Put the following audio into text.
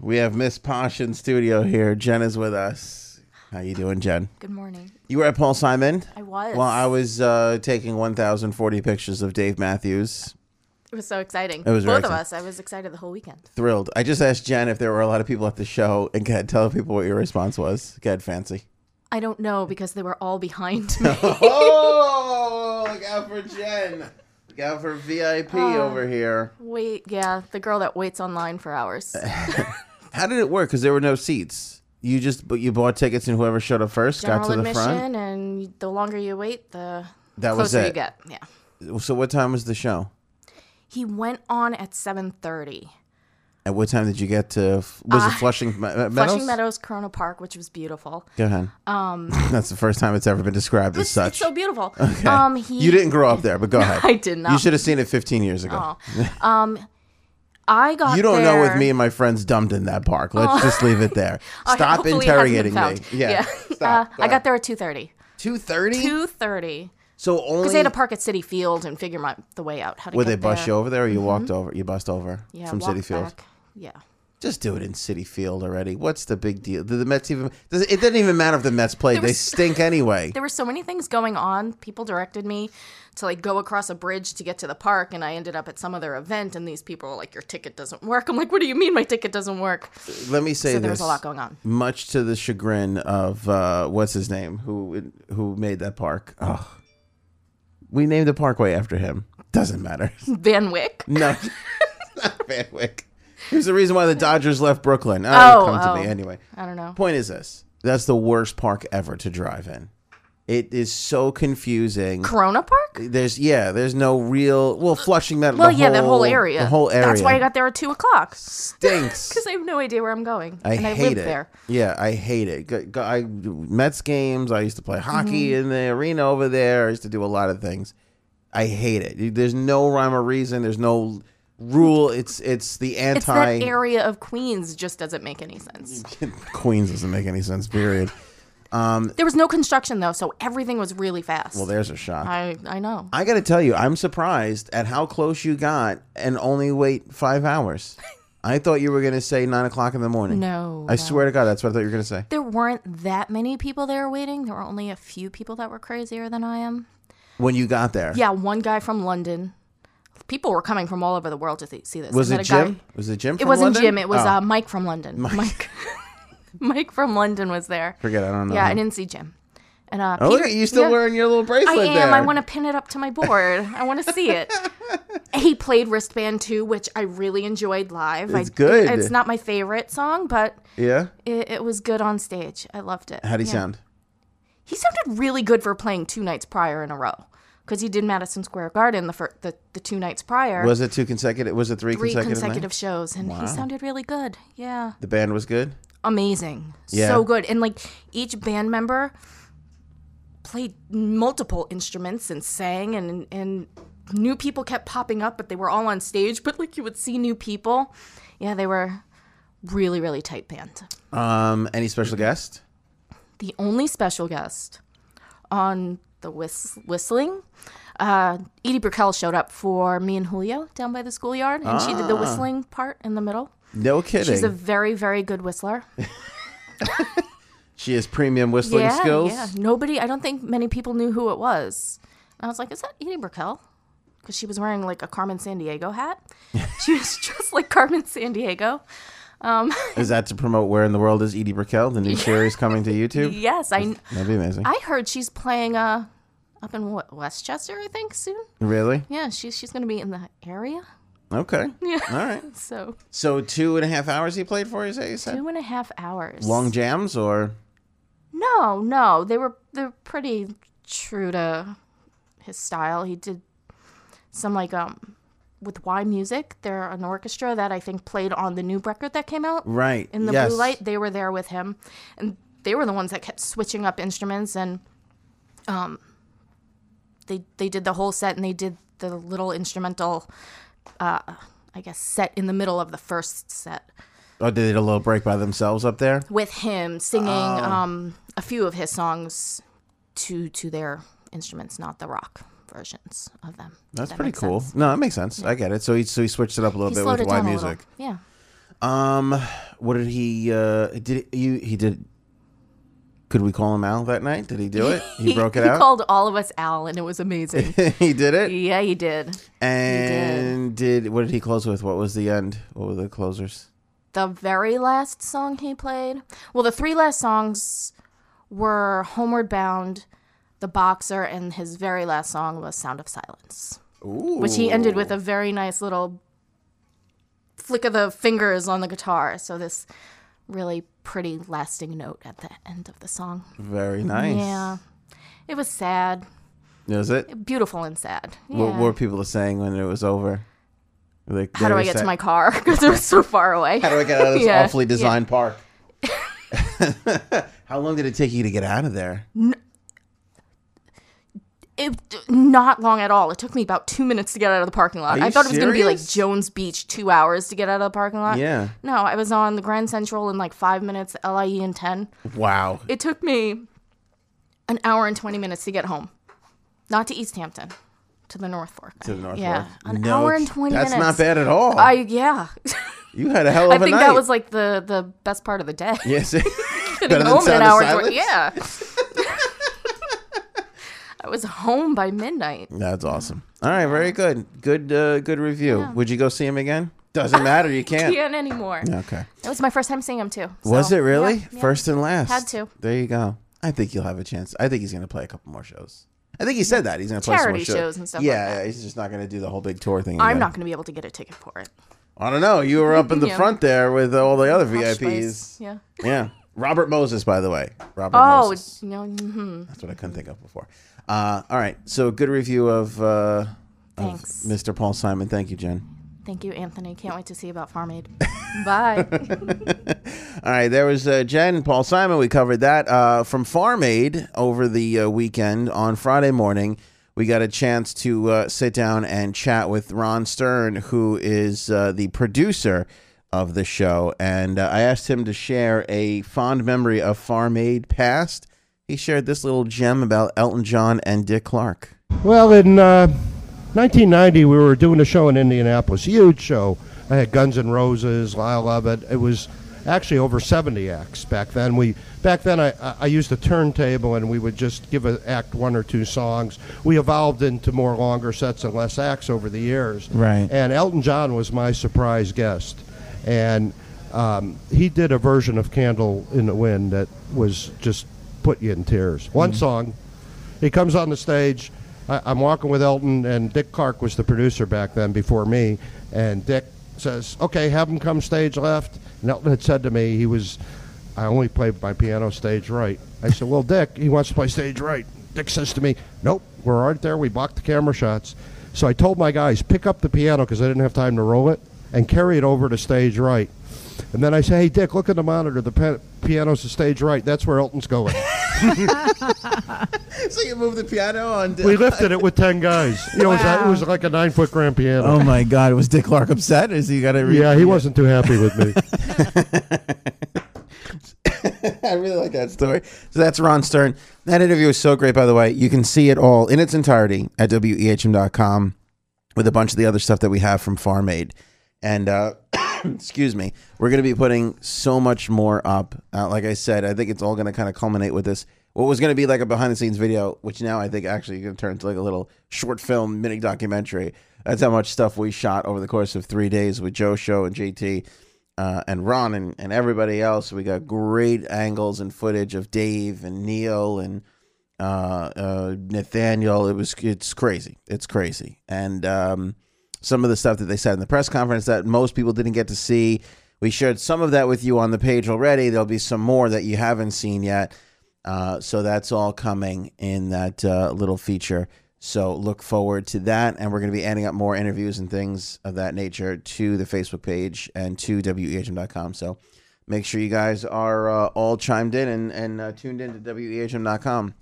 We have Miss Posh in studio here. Jen is with us. How you doing, Jen? Good morning. You were at Paul Simon. I was. Well, I was uh, taking 1,040 pictures of Dave Matthews. It was so exciting. It was very Both of exciting. us. I was excited the whole weekend. Thrilled. I just asked Jen if there were a lot of people at the show, and go ahead, tell people what your response was. Go ahead, fancy. I don't know because they were all behind me. oh, look out for Jen. Look out for VIP Um, over here. Wait, yeah, the girl that waits online for hours. Uh, How did it work? Because there were no seats. You just but you bought tickets, and whoever showed up first got General to the admission, front. and the longer you wait, the That was closer it. you get. Yeah. So what time was the show? He went on at 7:30. At what time did you get to? Was it Flushing Me- Meadows? Ah, Flushing Meadows Corona Park, which was beautiful. Go ahead. Um, That's the first time it's ever been described as It's, such. it's so beautiful. Okay. Um, he you didn't grow up there, but go ahead. I did not. Um, You should have seen it 15 years ago. I got. You don't know with there- me and my friends dumped in that park. Let's just leave it there. I- Stop hopefully it hasn't been interrogating me. found. Yeah. Uh, Stop. I got there at 2:30. 2:30. 2:30. So Because they only had to park at City Field and figure my, the way out. How to would get they bus there. Mm-hmm. you over there, or you walked over? You bussed over Yeah, from City walk Field. back. Yeah. Just do it in City Field already. What's the big deal? Did the Mets even? Does, it doesn't even matter if the Mets played. They was- stink anyway. There were so many things going on. People directed me to like go across a bridge to get to the park, and I ended up at some other event. And these people were like, "Your ticket doesn't work." I'm like, "What do you mean my ticket doesn't work?" Let me say So this. there was a lot going on. much to the chagrin of uh, what's his name, who who made that park. Oh, we named the parkway after him. Doesn't matter. Van Wick. No, not Van Wick. Here's the reason why the Dodgers left Brooklyn. Oh, Oh, come to oh. me anyway. I don't know. Point is this: that's the worst park ever to drive in. It is so confusing. Corona Park. There's yeah, there's no real well flushing metal. Well, yeah, that whole area. the whole area. That's why I got there at two o'clock stinks. because I have no idea where I'm going, I and I hate lived it. there. Yeah, I hate it. Go- go- I Mets games. I used to play hockey Mm-hmm. in the arena over there. I used to do a lot of things. I hate it. There's no rhyme or reason. There's no rule. It's it's the It's anti that area of Queens just doesn't make any sense. Queens doesn't make any sense. Period. There was no construction though, so everything was really fast. Well, there's a shock. I, I I know. got to tell you, I'm surprised at how close you got and only wait five hours. I thought you were gonna say nine o'clock in the morning. No, I no. swear to God, that's what I thought you were gonna say. there weren't that many people there waiting. There were only a few people that were crazier than I am. When you got there, Yeah, one guy from London. People were coming from all over the world to th- see this. was I it met a guy- Jim? Was it Jim? It from wasn't London? Jim. It was Oh. uh, Mike from London. Mike. Mike. from London was there. Forget, I don't know. Yeah, I him. didn't see Jim. And uh, Uh-huh. Oh, Peter, look at you still yeah, wearing your little I bracelet am. there. I want to pin it up to my board. I want to see it. he played wristband too, which I really enjoyed live. I- It's good. it's not my favorite song, but Yeah. it, it was good on stage. I loved it. How do you Yeah. sound? He sounded really good for playing two nights prior in a row because he did Madison Square Garden the, fir- the the two nights prior, Was it two consecutive? Was it three, three consecutive? nights? consecutive, shows, and he sounded really good. Yeah, The band was good. amazing, Yeah. so good, and like each band member played multiple instruments and sang, and and new people kept popping up, but they were all on stage. But like you would see new people, yeah, they were really really tight band. Um, any special Mm-hmm. guest? the only special guest on the whis- whistling. Uh, Edie Brickell showed up for me and Julio down by the schoolyard, and she did the whistling part in the middle. No kidding. She's a very, very good whistler. she has premium whistling yeah, skills. yeah. Nobody, I don't think many people knew who it was. And I was like, "Is that Edie Brickell?" Because she was wearing like a Carmen San Diego hat. she was dressed like Carmen San Diego. Is that to promote Where in the World is Edie Brickell, the new series coming to YouTube? Yes, I That'd be amazing. I heard she's playing uh up in what, Westchester, I think soon. really? Yeah, she's she's gonna be in the area. Okay. Yeah. All right. So So two and a half hours he played for you, say you said? two and a half hours. Long jams or No, no, they were they're pretty true to his style. He did some like um with Y Music. They're an orchestra that I think played on the new record that came out right. in the yes. blue light. They were there with him, and they were the ones that kept switching up instruments and um they they did the whole set and they did the little instrumental uh I guess set in the middle of the first set. Oh, they did a little break by themselves up there? with him singing Oh. um, a few of his songs to to their instruments, not the rock versions of them. if That's that pretty makes cool. sense. No, that makes sense. I get it. So he so he switched it up a little He bit slowed with it Y down music. a little. Yeah, Um, what did he? Uh, did he- you? He did. Could we call him out that night? Did he do it? He broke it he out. called all of us Al, and it was amazing. he did it. yeah, he did. And did what did he close with? What was the end? What were the closers? The very last song he played. Well, the three last songs were Homeward Bound, The Boxer, and his very last song was Sound of Silence, Ooh. which he ended with a very nice little flick of the fingers on the guitar. So, this really pretty lasting note at the end of the song. Very nice. Yeah. It was sad, Was it? beautiful and sad. Yeah. What were people saying when it was over? Like, How do I get to my car? Because it was so far away. How do I get out of this Yeah, awfully designed park? How long did it take you to get out of there? It not long at all. It took me about two minutes to get out of the parking lot. you I thought it was going to be like serious? Jones Beach, two hours to get out of the parking lot. Yeah. No, I was on the Grand Central in like five minutes, the LIE in ten. Wow. It took me an hour and twenty minutes to get home, not to East Hampton, to the North Fork. to the North yeah, Fork. an No, hour and twenty That's minutes. not bad at all. I yeah. you had a hell of I a night. think that was like the the best part of the day. Yes. Getting Better home in an Sound of hour and Silence? twenty. Yeah. I was home by midnight. That's awesome. All right, very good. Good uh, good review. Would you go see him again? Doesn't matter, you can't. Can't anymore. Okay. It was my first time seeing him too. so- Was it really? Yeah, yeah. First and last. Had to. There you go. I think you'll have a chance. I think he's going to play a couple more shows. I think he said that he's going to play Charity some more shows and stuff like Yeah, yeah, he's just not going to do the whole big tour thing. I'm again. not going to be able to get a ticket for it. I don't know. You were up in the Yeah. front there with all the other VIPs. Place. Yeah. Yeah. Robert Moses, by the way. Robert Oh, Moses. you know, mhm. That's what I couldn't think of before. Uh, all right. So good review of, uh, of Thanks. Mr. Paul Simon. Thank you, Jen. thank you, Anthony. Can't wait to see about Farm Aid. Bye. All right, there was uh, Jen and Paul Simon. We covered that uh, from Farm Aid over the uh, weekend on Friday morning. We got a chance to uh, sit down and chat with Ron Stern, who is uh, the producer of the show, and uh, I asked him to share a fond memory of Farm Aid past. He shared this little gem about Elton John and Dick Clark. Well, in uh, 1990, we were doing a show in Indianapolis, huge show. I had Guns N' Roses, Lyle Lovett. It was actually over 70 acts back then. We back then I, I- I used a turntable and we would just give an act one or two songs. We evolved into more longer sets and less acts over the years. Right. And Elton John was my surprise guest, and um, he did a version of "Candle in the Wind" that was just put you in tears. One song, he comes on the stage. I, I'm walking with Elton, and Dick Clark was the producer back then before me. And Dick says, "Okay, have him come stage left." And Elton had said to me, "He was, I only play my piano stage right." I said, "Well, Dick, he wants to play stage right." Dick says to me, "Nope, we're right there. We blocked the camera shots." So I told my guys, "Pick up the piano because I didn't have time to roll it, and carry it over to stage right." And then I say, "Hey, Dick, look at the monitor. The pa- piano's to stage right. That's where Elton's going." So you moved the piano on. we lifted it with 10 guys. You know, it, was, it was like a nine foot grand piano. Oh, my God! Was Dick Clark upset? Is he got to? yeah, he wasn't too happy with me. I really like that story. So that's Ron Stern. That interview is so great, by the way. You can see it all in its entirety at E wehm.com with a bunch of the other stuff that we have from Farm Aid. And uh, excuse me, we're going to be putting so much more up. Uh, like I said, I think it's all going to kind of culminate with this. What was going to be like a behind the scenes video, which now I think actually going to turn into like a little short film mini documentary. That's how much stuff we shot over the course of three days with Joe Show and JT uh, and Ron and, and everybody else. We got great angles and footage of Dave and Neil and uh, uh, Nathaniel. It was it's crazy. It's crazy. And um, some of the stuff that they said in the press conference that most people didn't get to see. We shared some of that with you on the page already. There'll be some more that you haven't seen yet. Uh, so that's all coming in that uh, little feature. So look forward to that. And we're going to be adding up more interviews and things of that nature to the Facebook page and to E WEHM.com. So make sure you guys are uh, all chimed in and, and uh, tuned in to WEHM.com.